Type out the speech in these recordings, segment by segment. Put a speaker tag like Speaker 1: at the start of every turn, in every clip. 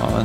Speaker 1: Ja,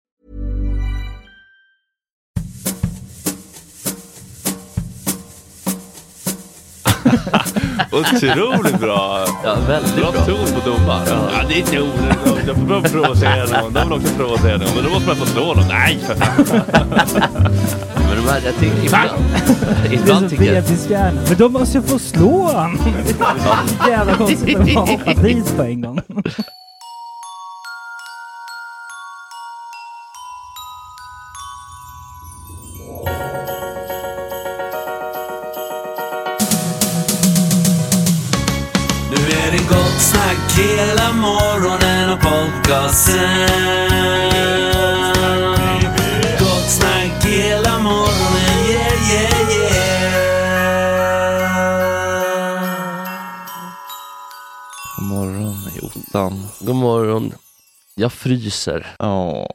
Speaker 1: Otroligt bra!
Speaker 2: Ja, väldigt
Speaker 1: Bra ton på domaren. Ja, det är tonen. De får provocera någon. De vill också provocera någon. Men då måste man få slå dem. Nej, för fan.
Speaker 2: Men de här, jag tycker ibland... ibland tycker jag...
Speaker 3: bebishjärna. Men då måste jag få slå han. Jävla konstigt att man hoppar dit på en gång.
Speaker 4: Nu är det gott snack hela morgonen och podcasten. Gott snack hela morgonen, yeah yeah
Speaker 2: Hejsan, god morgon. Jag fryser.
Speaker 1: Ja.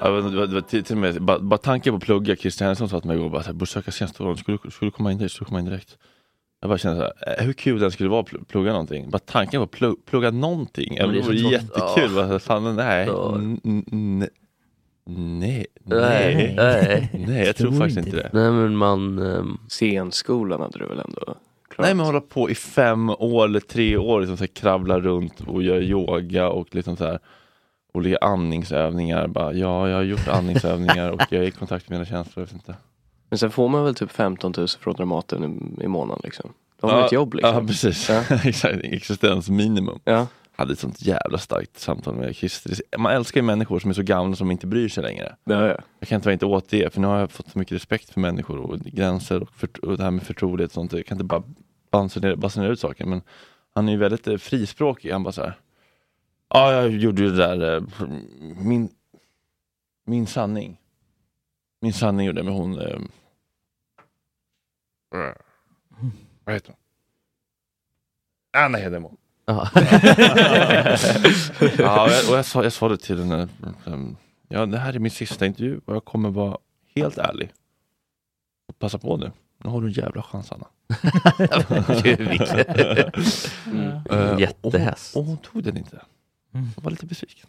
Speaker 1: Jag vet inte, det var- det var till, till och med, bara, bara tanken på att plugga, Christer Henriksson sa till mig igår, bara, så här, borde söka senast på våren. skulle, du- skulle du komma in direkt, skulle du komma in direkt. Jag bara kände såhär, hur kul den skulle vara att pl- plugga någonting. Bara tanken på att plu- plugga någonting,
Speaker 2: Ja, men det
Speaker 1: det
Speaker 2: är så
Speaker 1: vore
Speaker 2: tråkigt. Ja.
Speaker 1: jättekul. Bara så här, Fan, nej.
Speaker 2: Ja.
Speaker 1: N- n- n- Nej,
Speaker 2: Nej,
Speaker 1: nej,
Speaker 2: nej.
Speaker 1: nej, jag tror faktiskt inte det.
Speaker 2: Nej men man... ehm,
Speaker 5: Scenskolan hade du väl ändå klarat?
Speaker 1: Nej men hålla på i fem år eller tre år, liksom så här, kravla runt och göra yoga och liksom så här olika andningsövningar. Bara, ja, jag har gjort andningsövningar och jag är i kontakt med mina känslor. Jag vet inte.
Speaker 5: Men sen får man väl typ 15 000 från Dramaten i, i månaden liksom. Då har man ett jobb
Speaker 1: Ja,
Speaker 5: liksom.
Speaker 1: precis.
Speaker 5: Ja.
Speaker 1: Exakt, existensminimum.
Speaker 5: Ja.
Speaker 1: Hade ett sånt jävla starkt samtal med Christer. Man älskar ju människor som är så gamla som inte bryr sig längre.
Speaker 5: Ja, ja.
Speaker 1: Jag kan tyvärr inte återge, för nu har jag fått så mycket respekt för människor och gränser och, fört- och det här med förtrolighet och sånt. Jag kan inte bara basunera, basunera ut saker, men han är ju väldigt eh, frispråkig. Han bara så här. Ja, jag gjorde ju det där, eh, min, min sanning. Min sanning gjorde jag med hon... Eh, vad heter hon? Anna Hedenmo.
Speaker 2: ja.
Speaker 1: Ja, och jag, och jag, sa, jag sa det till henne. ehm, Ja, det här är min sista intervju och jag kommer vara helt ärlig. Och Passa på nu. Nu har du en jävla chans Anna.
Speaker 2: Gud, vilken-
Speaker 1: Eh,
Speaker 2: Jättehäst.
Speaker 1: Och hon, och hon tog den inte. Jag var lite besviken.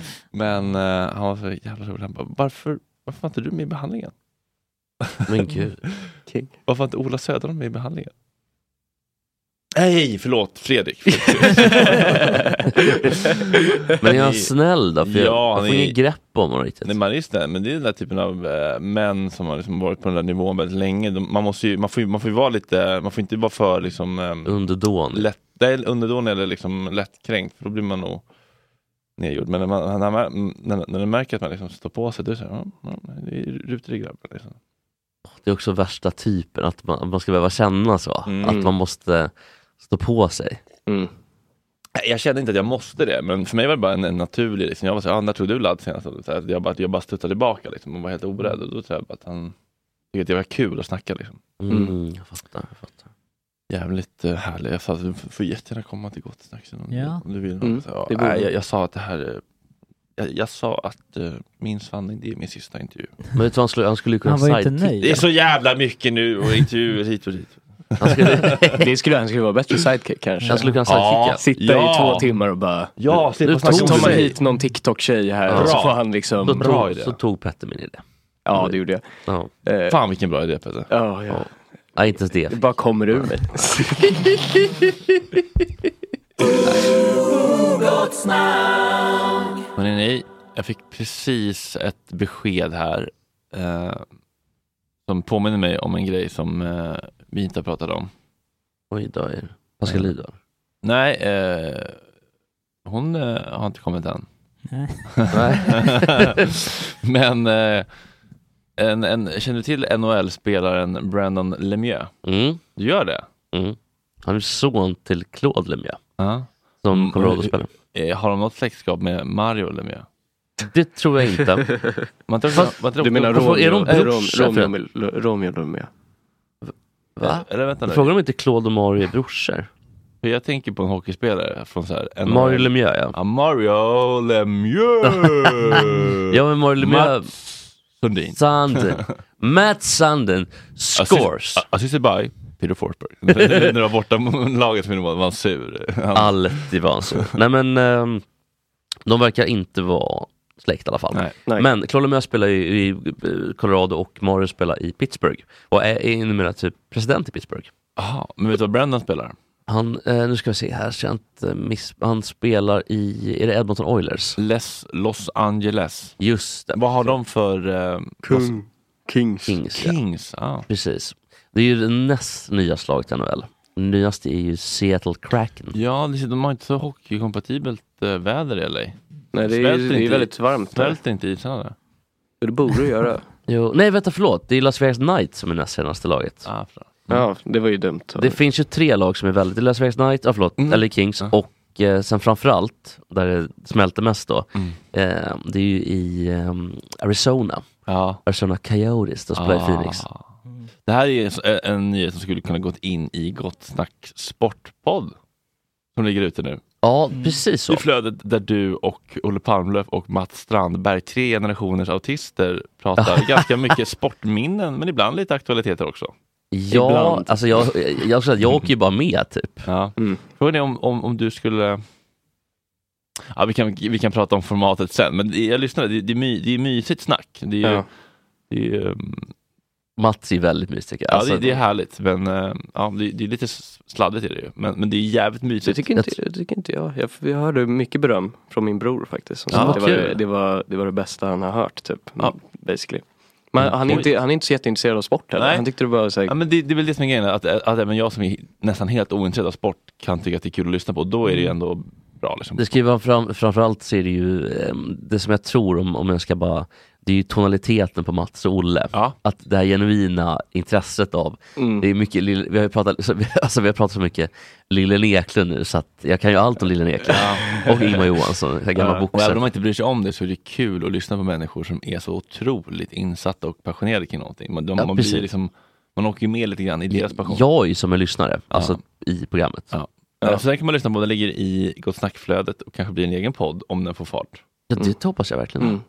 Speaker 1: Men eh, han var så jävla rolig. Han bara, varför, varför var inte du med i behandlingen?
Speaker 2: Men gud.
Speaker 1: Varför var inte Ola Söderholm med i behandlingen? Nej, förlåt Fredrik.
Speaker 2: Men är han snäll då? För jag,
Speaker 1: Ja, han
Speaker 2: jag får
Speaker 1: är-
Speaker 2: inget grepp om honom riktigt.
Speaker 1: Nej, man är ju snäll, men det är den där typen av eh, män som har liksom varit på den där nivån väldigt länge. De, man, måste ju, man, får ju, man får ju vara lite, man får inte vara för liksom, eh,
Speaker 2: Underdånig.
Speaker 1: lätt, nej, underdånig eller liksom lättkränkt, för då blir man nog nedgjord. Men när, man, när, man, när, när de märker att man liksom står på sig, då är det så här, ja, ja, det är rutig grabb. Liksom.
Speaker 2: Det är också värsta typen, att man, att man ska behöva känna så.
Speaker 1: Mm.
Speaker 2: Att man måste stå på sig.
Speaker 5: Mm.
Speaker 1: Nej, Jag kände inte att jag måste det, men för mig var det bara en, en naturlig, liksom. jag var såhär, ah, när tog du ladd senast? Och Så här, jag, bara, jag bara stuttade tillbaka liksom, och var helt orädd. Och då tror jag bara att han tyckte att det var kul att snacka. Liksom.
Speaker 2: Mm,
Speaker 5: Mm.
Speaker 2: Jag fattar. Jag fattar.
Speaker 1: Jävligt eh, härlig. Jag sa att du f- får jättegärna komma till Gott snack sen om,
Speaker 3: Ja.
Speaker 1: om du vill.
Speaker 5: Mm,
Speaker 1: Så, ja,
Speaker 5: det borde
Speaker 1: nej,
Speaker 5: du.
Speaker 1: jag, jag sa att det här eh, jag, jag sa att eh, min sanning, det är min sista intervju.
Speaker 2: Men vet du vad han skulle, han skulle ju kunna
Speaker 3: Han var ju inte
Speaker 2: sidekick-
Speaker 3: nöjd.
Speaker 1: Det är så jävla mycket nu och intervjuer hit och dit.
Speaker 2: Han skulle,
Speaker 5: Det skulle, han skulle vara bättre sidekick kanske.
Speaker 2: han skulle kunna
Speaker 1: Ja.
Speaker 2: sidekicka.
Speaker 5: Alltså, Sitta
Speaker 1: Ja.
Speaker 5: i två timmar och bara...
Speaker 1: Ja, slippa
Speaker 2: Nu
Speaker 1: snacka
Speaker 5: Så
Speaker 2: tog
Speaker 1: om
Speaker 5: tar man
Speaker 1: mig.
Speaker 5: hit någon TikTok-tjej här
Speaker 1: Bra.
Speaker 5: och så får han liksom...
Speaker 2: Då
Speaker 1: Bra
Speaker 2: tog,
Speaker 1: idé.
Speaker 2: så tog Petter min idé.
Speaker 5: Ja, det gjorde jag.
Speaker 2: Ja.
Speaker 5: Eh,
Speaker 1: Fan vilken bra idé Peter.
Speaker 5: ja, ja.
Speaker 2: Nej, inte ens
Speaker 5: Det
Speaker 2: det.
Speaker 5: bara kommer ur mig.
Speaker 1: Hörrni, nej, jag fick precis ett besked här eh, som påminner mig om en grej som eh, vi inte har pratat om.
Speaker 2: Oj, då är det. Pascal Lydahl.
Speaker 1: Nej, eh, hon eh, har inte kommit än.
Speaker 3: Nej.
Speaker 1: Men eh, en, en, känner du till NHL-spelaren Brandon Lemieux?
Speaker 2: Mm.
Speaker 1: Du gör det?
Speaker 2: Mm. Han är son till Claude Lemieux,
Speaker 1: Ja.
Speaker 2: som
Speaker 1: Mm,
Speaker 2: Colorado-spelare.
Speaker 1: Eh, har de något släktskap med Mario Lemieux?
Speaker 2: Det tror jag inte.
Speaker 1: Man tror,
Speaker 2: Fast-
Speaker 1: man tror,
Speaker 5: Du menar
Speaker 2: Vad fan,
Speaker 5: Romeo,
Speaker 2: är de
Speaker 5: eh,
Speaker 2: brorsor,
Speaker 5: Rom-
Speaker 2: förresten?
Speaker 5: Romeo, Romeo, Romeo?
Speaker 2: Va?
Speaker 1: Eller vänta nu.
Speaker 2: Frågar de inte Claude och Mario är brorsor?
Speaker 1: För jag tänker på en hockeyspelare från så här, NHL.
Speaker 2: Mario Lemieux, ja.
Speaker 1: Ja, Mario Lemieux!
Speaker 2: Ja, men Mario Lemieux...
Speaker 1: Mats Sundin.
Speaker 2: Sanden. Matt Sanden scores.
Speaker 1: Assist- Assisted by Peter Forsberg. När det var borta laget som var han sur. Han,
Speaker 2: Alltid var han så. Nej men, ehm, de verkar inte vara släkt i alla fall.
Speaker 1: Nej.
Speaker 5: Nej.
Speaker 2: Men Claude Lemieux spelar ju i eh, Colorado och Mario spelar i Pittsburgh. Och är, är numera typ president i Pittsburgh.
Speaker 1: Aha, men vet du vad Brandon spelar?
Speaker 2: Han, eh, nu ska vi se här, så jag inte miss, han spelar i, är det Edmonton Oilers?
Speaker 1: Les Los Angeles.
Speaker 2: Just det,
Speaker 1: Vad har de för... Eh, Los-
Speaker 5: Kings.
Speaker 2: Kings. Ja.
Speaker 1: Kings. Ah.
Speaker 2: Precis. Det är ju det näst nya slaget i NHL. Nyaste är ju Seattle Kraken.
Speaker 1: Ja, det- de har inte så hockeykompatibelt eh, väder i LA.
Speaker 5: Nej, det är,
Speaker 1: Smälter
Speaker 5: det är
Speaker 1: inte
Speaker 5: väldigt varmt. där.
Speaker 1: Smälter inte isarna där?
Speaker 5: Det borde du
Speaker 2: Mm.
Speaker 5: göra.
Speaker 2: Jo, nej vänta förlåt, det är Las Vegas Knights som är näst senaste laget.
Speaker 1: Ah, fan.
Speaker 5: Ja, det var ju dumt.
Speaker 2: Det finns ju tre lag som är väldigt, Las Vegas Knights, ah, förlåt, LA Kings och eh, sen framförallt, där det smälter mest då,
Speaker 1: Mm.
Speaker 2: eh, det är ju i ehm, Arizona.
Speaker 1: ja.
Speaker 2: Arizona Coyotes, de spelar i Phoenix.
Speaker 1: Ah. Det här är en- en nyhet som skulle kunna gått in i Gott Snack Sportpodd. Som ligger ute nu.
Speaker 2: Ja, precis så.
Speaker 1: I flödet där du och Olle Palmlöf och Mats Strandberg, tre generationers autister, pratar ganska mycket sportminnen men ibland lite aktualiteter också.
Speaker 2: Ja,
Speaker 1: Ibland.
Speaker 2: alltså jag, jag, jag, jag, jag åker ju bara med typ.
Speaker 1: Ja.
Speaker 5: Mm.
Speaker 1: Frågan är om, om, om du skulle... Ja, vi, kan, vi kan prata om formatet sen, men det- jag lyssnade, det, det, är, my, det är mysigt snack. Det är, ju-
Speaker 5: Ja.
Speaker 1: det är, ehm,
Speaker 2: Mats är ju väldigt mysig. tycker jag.
Speaker 1: ja,
Speaker 2: Alltså,
Speaker 1: det, det är härligt, men eh, ja, det, det är lite sladdigt är det ju. Men, men det är jävligt mysigt.
Speaker 5: Det tycker inte, det tycker inte jag. jag. Jag hörde mycket beröm från min bror faktiskt. Som
Speaker 1: Ja,
Speaker 5: sa att det, var
Speaker 1: kul.
Speaker 5: det, det, var, det var det bästa han har hört typ.
Speaker 1: Ja.
Speaker 5: Basically. Men
Speaker 1: Mm.
Speaker 5: han är, inte, han är inte så jätteintresserad av sport heller.
Speaker 1: Nej.
Speaker 5: Han tyckte det var så här,
Speaker 1: Ja, men det, det är väl det som är grejen, att, att även jag som är nästan helt ointresserad av sport kan tycka att det är kul att lyssna på. Då är det ju ändå bra. Liksom.
Speaker 2: Mm. Det ska ju vara fram, framförallt så är det ju, ehm, det som jag tror om, om jag ska bara, det är ju tonaliteten på Mats och Olle.
Speaker 1: Ja. Mm.
Speaker 2: Att det här genuina intresset av, det är mycket, Lill- vi har ju pratat, så- alltså vi har pratat så mycket Lillen Eklund nu så att jag kan ju allt om Lillen Eklund. Och Ingmar Johansson, den här gamla
Speaker 1: Ja. Eh, Och även
Speaker 2: boxaren.
Speaker 1: om man inte bryr sig om det så är det kul att lyssna på människor som är så otroligt insatta och passionerade kring någonting. Man, de,
Speaker 2: Ja,
Speaker 1: man,
Speaker 2: precis.
Speaker 1: blir liksom, man åker ju med lite grann i deras passion.
Speaker 2: Jag är ju som en lyssnare, alltså i programmet.
Speaker 1: Ja. Eh, Så den kan man lyssna på, den ligger i Gott Snack-flödet och kanske blir en egen podd om den får fart.
Speaker 2: Ja, Det hoppas jag verkligen.
Speaker 5: Mm.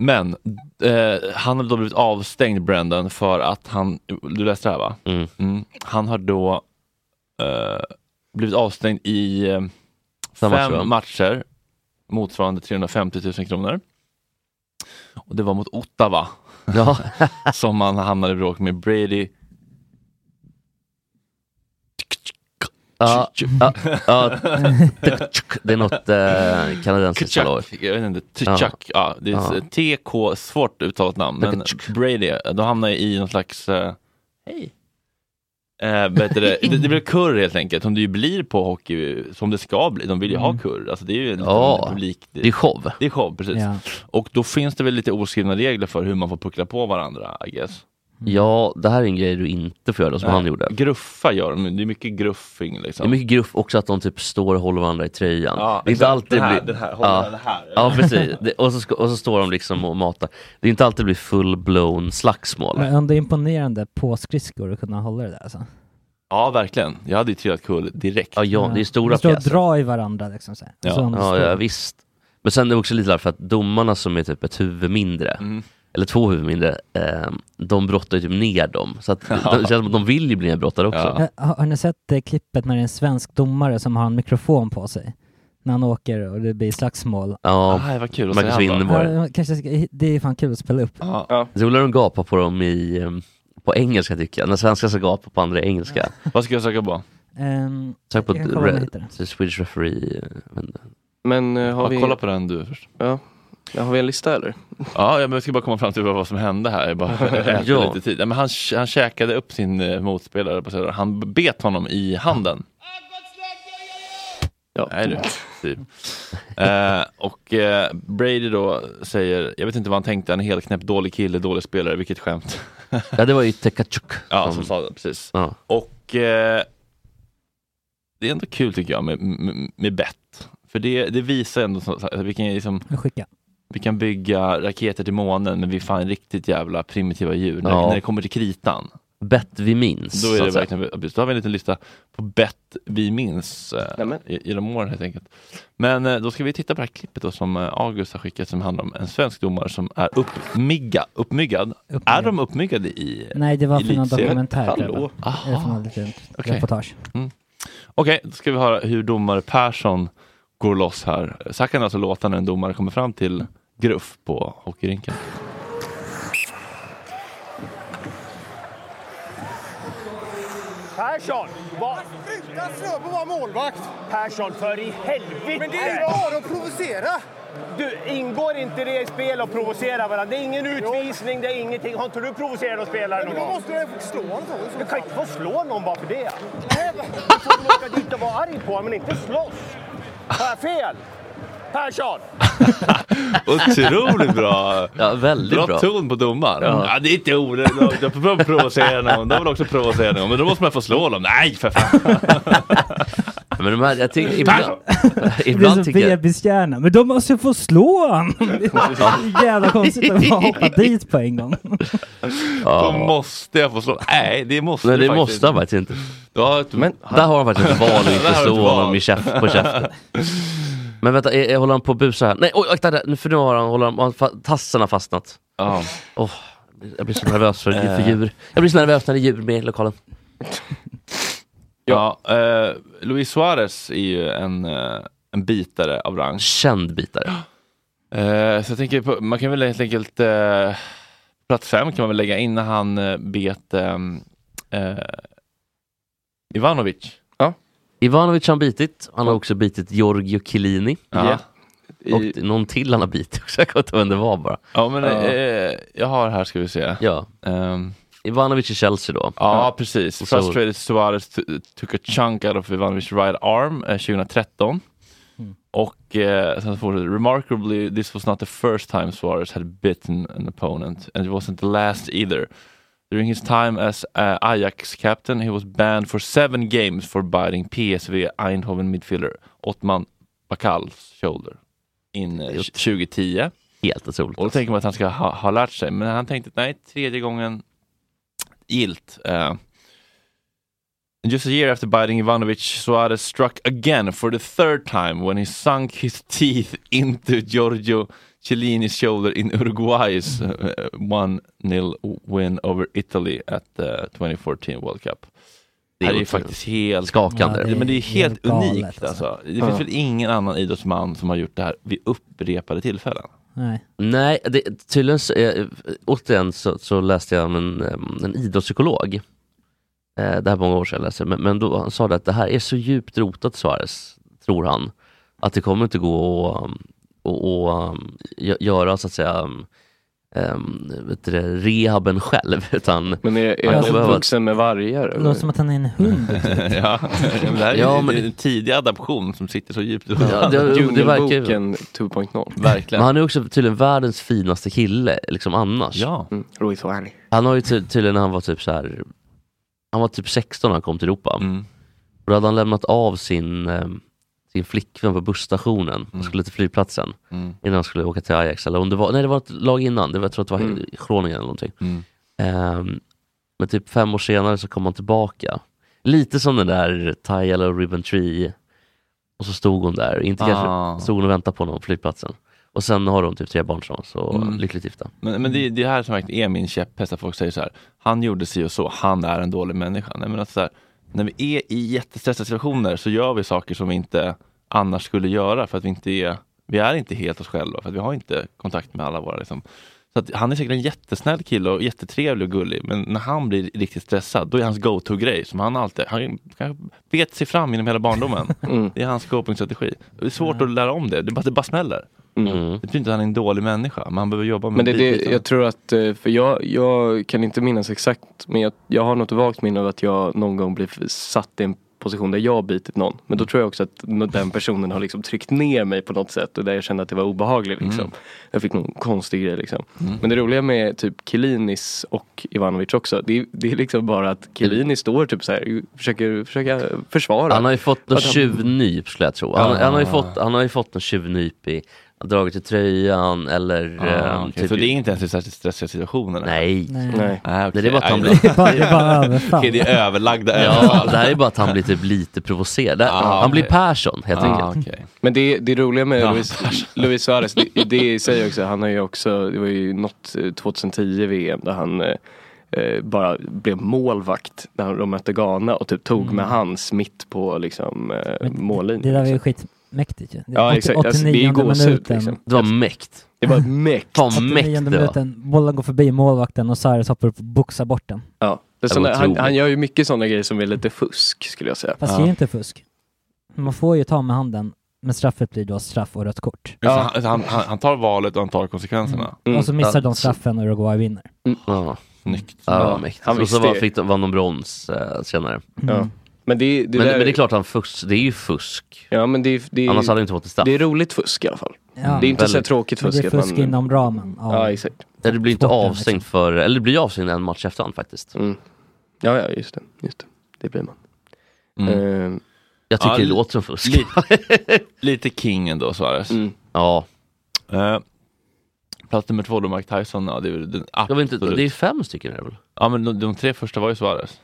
Speaker 1: Men eh, han har då blivit avstängd, Brendan, för att han, du läste det här va?
Speaker 2: Mm.
Speaker 1: Mm. Han har då eh, blivit avstängd i eh,
Speaker 2: Samma
Speaker 1: fem
Speaker 2: match, va?
Speaker 1: matcher motsvarande 350 000 kronor. Och det var mot Ottawa
Speaker 2: Ja.
Speaker 1: som han hamnade i bråk med Brady.
Speaker 2: Ja, ja, ja. Det är något eh, kanadensiskt lag.
Speaker 1: Kachuk, jag vet inte, Tchuk, ja. det är ett TK, svårt uttalat namn, men
Speaker 2: Tchuk.
Speaker 1: Brady, då hamnar jag i någon slags, eh, hej. Eh, vad heter det? det, det blir kurr helt enkelt, som det ju blir på hockey, som det ska bli, de vill ju ha kurr, alltså det är ju en liten
Speaker 2: Ja.
Speaker 1: publik,
Speaker 2: Det är show.
Speaker 1: det är show, precis.
Speaker 3: Ja.
Speaker 1: Och då finns det väl lite oskrivna regler för hur man får puckla på varandra, I guess.
Speaker 2: Ja, det här är en grej du inte får göra som han gjorde.
Speaker 1: Gruffa gör de, det är mycket gruffing
Speaker 2: Det
Speaker 1: liksom.
Speaker 2: är mycket gruff också att de typ står och håller varandra i tröjan.
Speaker 1: Ja,
Speaker 2: det är inte
Speaker 1: exakt.
Speaker 2: alltid
Speaker 1: den här,
Speaker 2: blir-
Speaker 1: den här, håller
Speaker 2: ja.
Speaker 1: den här.
Speaker 2: ja, precis. Det, och, så ska, och så står de liksom och matar. Det är inte alltid det blir full-blown slagsmål.
Speaker 3: Men ändå imponerande på skridskor att kunna hålla det där alltså.
Speaker 1: Ja, verkligen. Jag hade ju trillat kull direkt.
Speaker 2: Ja, ja, det är
Speaker 3: Man
Speaker 2: stora
Speaker 3: står och
Speaker 2: pjäser.
Speaker 3: drar i varandra liksom så här.
Speaker 1: Ja.
Speaker 3: Så om det
Speaker 2: Ja,
Speaker 3: står-
Speaker 2: ja, visst. Men sen är det också lite därför att domarna som är typ ett huvud mindre,
Speaker 1: Mm.
Speaker 2: eller två huvud mindre, eh, de brottar ju typ ner dem. Så att de, det känns som att de vill ju bli nedbrottade också.
Speaker 1: Ja.
Speaker 3: Eh, Har, har ni sett det klippet när det är en svensk domare som har en mikrofon på sig? När han åker och det blir slagsmål.
Speaker 2: Ja.
Speaker 1: Ah, vad kul. Och
Speaker 2: Marcus
Speaker 1: så är han
Speaker 2: Winneborg.
Speaker 1: bara-
Speaker 2: var det?
Speaker 3: Ja, kanske, ska- det är fan kul att spela upp.
Speaker 1: Ja.
Speaker 2: Det roliga är att de gapar på dem i, eh, på engelska tycker jag. När svenskar ska gapa på andra i engelska.
Speaker 1: Vad ska jag söka på?
Speaker 3: Ehm,
Speaker 2: Sök på
Speaker 3: Jag kan kolla om jag
Speaker 2: re,
Speaker 3: hittar det.
Speaker 2: så Swedish referee. eh, jag vet inte.
Speaker 5: Men eh, har,
Speaker 1: Ja,
Speaker 5: vi,
Speaker 1: Kolla på den du först.
Speaker 5: ja, har vi en lista eller?
Speaker 1: Ja, ja, men jag ska bara komma fram till vad vad som hände här. Jag bara äter
Speaker 2: Ja.
Speaker 1: lite tid. Ja, men han, han käkade upp sin eh, motspelare på Söder. Han bet honom i handen.
Speaker 5: Ja.
Speaker 1: Nej du, typ. eh, och eh, Brady då säger, jag vet inte vad han tänkte, han är helt knäpp, dålig kille, dålig spelare, vilket skämt.
Speaker 2: Ja det var ju Tekachuk.
Speaker 1: Ja, som sa det, precis.
Speaker 2: ja.
Speaker 1: Och eh, det är ändå kul tycker jag med, med, med bett. För det, det visar ändå så, så, vi, kan, liksom,
Speaker 3: jag skickar.
Speaker 1: vi kan bygga raketer till månen men vi är fan riktigt jävla primitiva djur när,
Speaker 2: Ja.
Speaker 1: när det kommer till kritan.
Speaker 2: Bett vi minns.
Speaker 1: Då,
Speaker 2: så
Speaker 1: är det
Speaker 2: att säga.
Speaker 1: verkligen, precis. då har vi en liten lista på bett vi minns eh,
Speaker 5: Nämen.
Speaker 1: i- genom åren helt enkelt. Men eh, då ska vi titta på det här klippet då, som eh, August har skickat som handlar om en svensk domare som är uppmigga, uppmyggad. Är de uppmyggade i...
Speaker 3: Nej, det var
Speaker 1: i
Speaker 3: från någon
Speaker 1: elitserien?
Speaker 3: dokumentär.
Speaker 1: Hallå?
Speaker 3: Det är från något litet
Speaker 1: Okej.
Speaker 3: reportage.
Speaker 1: Okej, då ska vi höra hur domare Persson går loss här. Så här kan det alltså låta när en domare kommer fram till gruff på hockeyrinken.
Speaker 6: Persson! Vad... Sluta slå på vår målvakt! Persson, för i helvete! Men det är bara att provocera! Du, ingår inte det i spel att provocera varandra? Det är ingen utvisning, det är ingenting. Har inte du provocerat och spelat någon gång?
Speaker 7: måste jag slå honom.
Speaker 6: Du kan inte få slå någon bara för det. Du får väl åka dit och vara arg på men inte slåss. Har jag fel? Persson!
Speaker 1: Otroligt bra!
Speaker 2: Ja, väldigt
Speaker 1: Bra,
Speaker 2: bra.
Speaker 1: ton på domaren. Ja. det är inte onödigt. De får provocera någon. De vill också provocera någon. Men då måste man få slå dem. Nej, för fan.
Speaker 2: Men de här, jag tycker ibland,
Speaker 3: det
Speaker 2: ibland
Speaker 3: är
Speaker 2: tycker
Speaker 3: som
Speaker 2: jag...
Speaker 3: bebishjärnan. Men de måste få slå honom! Jävla konstigt att bara hoppa dit på en gång.
Speaker 1: Då
Speaker 2: Ja.
Speaker 1: måste jag få slå. Nej, det måste
Speaker 2: Nej
Speaker 1: du
Speaker 2: det
Speaker 1: faktiskt.
Speaker 2: måste han faktiskt inte.
Speaker 1: Ja, ett-
Speaker 5: Men-
Speaker 2: Där har han faktiskt ett val att
Speaker 1: Där har
Speaker 2: inte
Speaker 1: han
Speaker 2: slå
Speaker 1: ett val.
Speaker 2: honom i käft, på käften. Men vänta, är, är, håller han på att busa här? Nej, oj, akta där. Nu- För nu har han, håller han, han fa- tassen har fastnat.
Speaker 1: ja.
Speaker 2: Åh, jag blir så nervös för, för
Speaker 1: Eh.
Speaker 2: djur. Jag blir så nervös när det är djur med i lokalen.
Speaker 1: ja eh, Luis Suarez är ju en, eh, en bitare av rang.
Speaker 2: Känd bitare.
Speaker 1: Eh, så jag tänker på, man kan väl helt enkelt, eh, plats fem kan man väl lägga in när han eh, bet ehm, eh, Ivanovic.
Speaker 2: Ivanovic har han bitit. Han har också bitit Giorgio Chiellini.
Speaker 1: Ja.
Speaker 2: Och det är någon till han har bitit också. Jag kommer inte ihåg vem det var bara.
Speaker 1: Ja men eh, jag har här ska vi se.
Speaker 2: Ja.
Speaker 1: Ehm,
Speaker 2: Ivanovic i Chelsea då.
Speaker 1: ja, precis.
Speaker 2: Och så-
Speaker 1: Frustrated Suarez t- took a chunk out of Ivanovic right arm eh, 2013. Och eh, sen fortsätter det. Remarkably this was not the first time Suarez had bitten an opponent and it wasn't the last either. During his time as uh, Ajax captain he was banned for seven games for biting PSV Eindhoven midfielder Ottman Bakals shoulder in eh,
Speaker 2: Det är
Speaker 1: 2010.
Speaker 2: Helt otroligt. alltså.
Speaker 1: Och då tänker man att han ska ha, ha lärt sig, men han tänkte att nej, tredje gången gilt. Eh, just a year after biting Ivanovic, Suarez struck again for the third time when he sunk his teeth into Giorgio Chiellini's shoulder in Uruguay's eh, 1-0 win over Italy at the 2014 World Cup. Det här är ju
Speaker 2: otroligt.
Speaker 1: faktiskt helt
Speaker 2: skakande.
Speaker 3: Ja,
Speaker 1: Ja, men det är helt
Speaker 3: galet,
Speaker 1: unikt
Speaker 3: alltså.
Speaker 1: alltså. Det finns väl ingen annan idrottsman som har gjort det här vid upprepade tillfällen.
Speaker 3: Nej.
Speaker 2: Nej, det, tydligen så, eh, återigen så, så läste jag om en, eh, en idrottspsykolog. Eh, det här var många år sedan jag läste det, men, men då han sa det att det här är så djupt rotat Suarez, tror han, att det kommer inte gå att um, och, och, um, gö- göra så att säga um, um, vet du det, rehaben själv, utan
Speaker 5: Men är,
Speaker 2: Han
Speaker 5: är
Speaker 2: kommer
Speaker 5: han
Speaker 2: behöva-
Speaker 5: uppvuxen med vargar?
Speaker 3: Det
Speaker 5: eller?
Speaker 3: låter som att han är en hund.
Speaker 1: ja, men det här är ju
Speaker 2: Ja, men-
Speaker 1: en tidig adaption som sitter så djupt.
Speaker 2: Ja, det- jo, det verkar ju-
Speaker 5: Djungelboken 2.0.
Speaker 1: Verkligen.
Speaker 2: men han är också tydligen världens finaste kille, liksom annars.
Speaker 1: Ja.
Speaker 5: Mm. Ruiz Suarez.
Speaker 2: Han har ju ty- tydligen när han var typ så här, han var typ 16 när han kom till Europa.
Speaker 1: Mm.
Speaker 2: Och då hade han lämnat av sin, eh, sin flickvän på busstationen och skulle till flygplatsen
Speaker 1: Mm.
Speaker 2: innan han skulle åka till Ajax. Eller om det var, nej, det var ett lag innan, det var, jag tror att det var mm. Groningen eller någonting.
Speaker 1: Mm.
Speaker 2: Ehm, men typ fem år senare så kom han tillbaka. Lite som den där Tyler och Ribbon Tree. Och så stod hon där, inte
Speaker 1: Ah.
Speaker 2: kanske, stod hon och väntade på honom på flygplatsen. Och sen har de typ tre barn tillsammans och
Speaker 1: Mm.
Speaker 2: lyckligt gifta.
Speaker 1: Men, men det, det här som verkligen är min käpphäst, att folk säger så här, han gjorde si och så, han är en dålig människa. Nej, men att så här, när vi är i jättestressade situationer så gör vi saker som vi inte annars skulle göra för att vi inte är, vi är inte helt oss själva, för att vi har inte kontakt med alla våra liksom. Så att han är säkert en jättesnäll kille och jättetrevlig och gullig, men när han blir riktigt stressad, då är hans go-to-grej som han alltid, han kanske bet sig fram genom hela barndomen.
Speaker 5: Mm.
Speaker 1: Det är hans copingstrategi. Det är svårt att lära om det, det bara, det bara smäller.
Speaker 2: Mm.
Speaker 1: Det betyder inte att han är en dålig människa, men han behöver jobba med
Speaker 5: Men det, det,
Speaker 1: bitarna.
Speaker 5: jag tror att, eh, för jag, jag kan inte minnas exakt men jag, jag har något vagt minne av att jag någon gång blev satt i en position där jag har bitit någon. Men
Speaker 2: Mm.
Speaker 5: då tror jag också att nå- den personen har liksom tryckt ner mig på något sätt och där jag kände att det var obehagligt. Liksom.
Speaker 2: Mm.
Speaker 5: Jag fick någon konstig grej liksom. Men det roliga med typ Kilinis och Ivanovic också, det, är- det är liksom bara att Kilini står typ så här, försöker, försöker försvara.
Speaker 2: Han har ju fått något
Speaker 5: Att han-
Speaker 2: tjuvnyp skulle jag tro. Han, han, har ju fått, han har ju fått något tjuvnyp i, dragit i tröjan eller...
Speaker 1: Ah,
Speaker 2: ehm,
Speaker 1: okej. Så det är inte ens i särskilt stressiga situationer?
Speaker 2: Nej.
Speaker 5: Nej.
Speaker 1: Nej, okej.
Speaker 2: Det är bara att han
Speaker 1: Aj,
Speaker 2: blir-
Speaker 1: då.
Speaker 3: Det är bara, det är bara överfall.
Speaker 1: Okej, det är överlagda
Speaker 2: Ja, det
Speaker 1: överfall.
Speaker 2: här är bara att han blir typ lite provocerad. Det-
Speaker 1: Ah,
Speaker 2: han blir
Speaker 1: okej.
Speaker 2: Persson helt
Speaker 1: Ah,
Speaker 2: enkelt.
Speaker 1: okej.
Speaker 5: Men det, det roliga med
Speaker 1: Ja,
Speaker 5: Luis, Luis Suarez, det, det i sig också, han har ju också, det var ju något eh, 2010 VM där han eh, eh, bara blev målvakt när han- de mötte Ghana och typ tog med hans mitt på liksom eh,
Speaker 3: Men
Speaker 5: mållinjen.
Speaker 3: Det där var ju
Speaker 5: liksom.
Speaker 3: skitmäktigt ju. Det
Speaker 5: Ja,
Speaker 3: åt-
Speaker 5: exakt. Alltså, det är ju
Speaker 3: 89:e
Speaker 5: gåshud,
Speaker 3: minuten.
Speaker 5: liksom.
Speaker 2: Det var mäkt.
Speaker 5: Det var mäkt.
Speaker 2: Fan vad
Speaker 3: 89
Speaker 2: mäkt det var.
Speaker 3: minuten, bollen går förbi målvakten och Cyrus hoppar upp och boxar bort den.
Speaker 5: Ja. Det är
Speaker 2: Det var
Speaker 5: såna, han,
Speaker 2: otroligt.
Speaker 5: han gör ju mycket sådana grejer som är lite fusk skulle jag säga.
Speaker 3: Fast det är ju inte fusk. Man får ju ta med handen, men straffet blir då straff och rött kort.
Speaker 1: Ja, så han, han, han tar valet och han tar konsekvenserna.
Speaker 5: Mm.
Speaker 3: Och så missar
Speaker 2: Ja,
Speaker 3: de
Speaker 2: så-
Speaker 3: straffen och Uruguay vinner.
Speaker 2: Ja,
Speaker 1: Snyggt.
Speaker 2: ja, det var
Speaker 5: Ja,
Speaker 2: mäkt.
Speaker 5: han
Speaker 2: Och så
Speaker 5: visste
Speaker 2: var,
Speaker 5: det.
Speaker 2: fick de, vann de brons eh, senare.
Speaker 5: Ja. Men, det, det
Speaker 2: men,
Speaker 5: där,
Speaker 2: men det är klart han fusk, det är ju fusk.
Speaker 5: Ja men det, det,
Speaker 2: Annars hade han inte fått ett straff.
Speaker 5: det
Speaker 2: Det,
Speaker 5: är roligt fusk i alla fall.
Speaker 3: Ja.
Speaker 5: Det är inte så här
Speaker 2: Väldigt.
Speaker 5: tråkigt
Speaker 3: Men det
Speaker 5: fusk.
Speaker 3: är
Speaker 5: att man-
Speaker 3: fusk inom ramen.
Speaker 5: Ja
Speaker 3: Ja.
Speaker 5: exakt.
Speaker 2: det blir inte
Speaker 3: sporten, liksom.
Speaker 2: avstängd för, eller det blir avstängd en match i
Speaker 5: Mm.
Speaker 2: efterhand faktiskt.
Speaker 5: Ja, ja just det. Just det. det blir man.
Speaker 1: Mm.
Speaker 5: Eh,
Speaker 2: Jag tycker
Speaker 1: Ja,
Speaker 2: det
Speaker 1: li-
Speaker 2: låter som fusk.
Speaker 1: Lite, lite king ändå, Suarez.
Speaker 5: Mm.
Speaker 2: Ja,
Speaker 1: Eh, plats nummer två då, Mike Tyson. Ja, det är väl den
Speaker 2: jag vet inte,
Speaker 1: absolut-
Speaker 2: det är fem stycken här väl?
Speaker 1: ja, men de, de tre första var ju Suarez.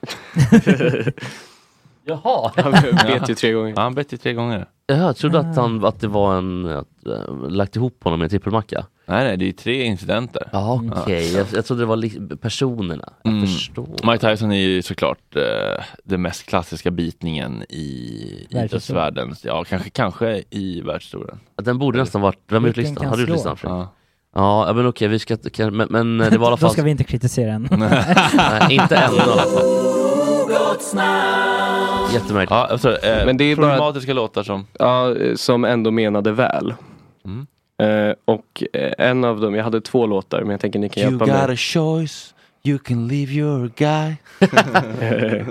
Speaker 2: Jaha!
Speaker 5: Han vet ju tre gånger.
Speaker 1: Ja, han bet ju tre gånger.
Speaker 2: Jag trodde att, han, att det var en, att, äh, lagt ihop honom med en trippelmacka.
Speaker 1: Nej, nej, det är ju tre incidenter.
Speaker 2: Ja, okej. Jag, jag trodde det var li- personerna. Jag förstår.
Speaker 1: Mike Tyson är ju såklart eh, den mest klassiska bitningen i
Speaker 3: Världshistorien.
Speaker 1: idrottsvärlden. Ja, kanske, kanske i världshistorien.
Speaker 2: Den borde nästan varit... Vem har gjort
Speaker 3: Vilken
Speaker 2: listan?
Speaker 3: kan
Speaker 2: Har du gjort
Speaker 3: slå?
Speaker 2: listan? Fredrik?
Speaker 1: Ja.
Speaker 2: Ja, men okej, vi ska... Kan, men, men det var i alla
Speaker 3: Då
Speaker 2: fall...
Speaker 3: ska vi inte kritisera än.
Speaker 1: Mm.
Speaker 2: Nej, inte än i alla fall. Jättemärkligt.
Speaker 1: Ja, alltså, eh,
Speaker 5: Men det är bara-
Speaker 1: problematiska låtar som...
Speaker 5: Ja, eh, som ändå menade väl.
Speaker 1: Mm.
Speaker 5: Eh, och eh, en av dem, jag hade två låtar men jag tänker ni kan hjälpa mig.
Speaker 1: choice, you can leave your guy.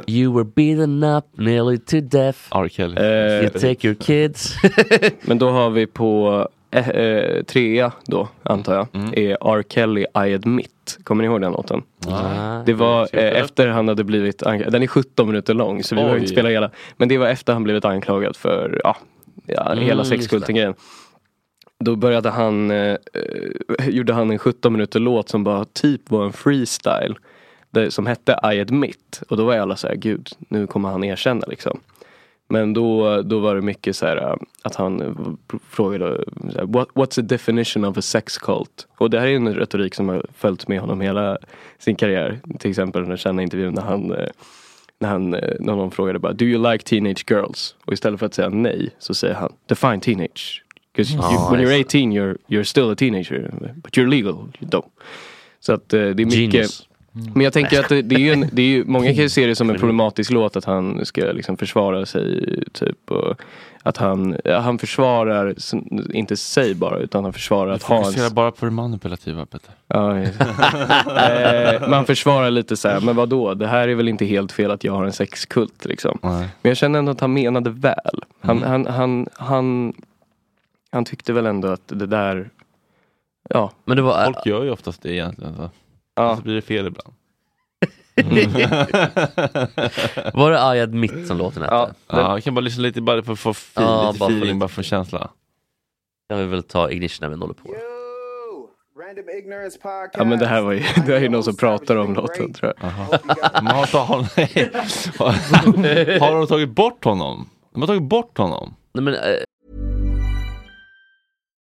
Speaker 2: You were beaten up nearly to death.
Speaker 1: R. Kelly.
Speaker 2: You
Speaker 5: Eh,
Speaker 2: take your kids.
Speaker 5: men då har vi på eh, eh, trea då, antar jag,
Speaker 1: Mm.
Speaker 5: är R. Kelly I Admit. Kommer ni ihåg den låten?
Speaker 2: Ah.
Speaker 5: Det var
Speaker 1: ska vi spela
Speaker 5: eh,
Speaker 1: upp?
Speaker 5: efter han hade blivit anklagad, den är 17 minuter lång så vi
Speaker 1: Oj.
Speaker 5: behöver inte spela hela. Men det var efter han blivit anklagad för ja, ja,
Speaker 2: Mm,
Speaker 5: hela
Speaker 2: just det.
Speaker 5: sexkulten-grejen. Då började han, eh, eh, gjorde han en 17 minuter låt som bara typ var en freestyle. Det, som hette I admit. Och då var alla så här, gud nu kommer han erkänna liksom. Men då, då var det mycket så här eh, att han eh, pr- frågade så här, What, What's the definition of a sex cult? Och det här är en retorik som har följt med honom hela sin karriär. Till exempel den kända intervjun när han eh, när, han, eh, när någon frågade bara Do you like teenage girls? Och istället för att säga nej så säger han Define teenage. Because
Speaker 2: Ja,
Speaker 5: when you're
Speaker 2: just
Speaker 5: 18 you're, you're still a teenager but you're legal. You don't. Så att eh, det är mycket
Speaker 2: Genius.
Speaker 3: Mm.
Speaker 5: Men jag tänker att det, det är ju, en, det är ju många kan ju se det som en problematisk låt att han ska liksom försvara sig typ och att han, ja, han försvarar, s- inte sig bara utan han försvarar att ha en
Speaker 1: Fokusera bara på det manipulativa Peter.
Speaker 5: Ja, just det. eh, man försvarar lite så här, men vad då? det här är väl inte helt fel att jag har en sexkult liksom.
Speaker 1: Nej.
Speaker 5: Men jag känner ändå att han menade väl. Han, han, han, han, han tyckte väl ändå att det där, ja.
Speaker 2: Men det var...
Speaker 1: Folk gör ju oftast det egentligen. Så.
Speaker 5: ja.
Speaker 1: så blir det fel ibland. Mm.
Speaker 2: Var det I admit som låten hette?
Speaker 5: Ja.
Speaker 1: Ja, vi kan bara lyssna lite bara för att få feel,
Speaker 2: Ja,
Speaker 1: lite
Speaker 2: bara få
Speaker 1: feeling,
Speaker 2: lite-
Speaker 1: bara få känsla.
Speaker 2: Kan vi väl ta Ignition när vi håller på.
Speaker 6: Random Ignorance Podcast.
Speaker 5: ja men det här var ju, det här är ju någon som pratar om låten tror jag.
Speaker 1: Men har, inte- har, nej. har, har de tagit bort honom? De har tagit bort honom.
Speaker 2: Nej, men, eh,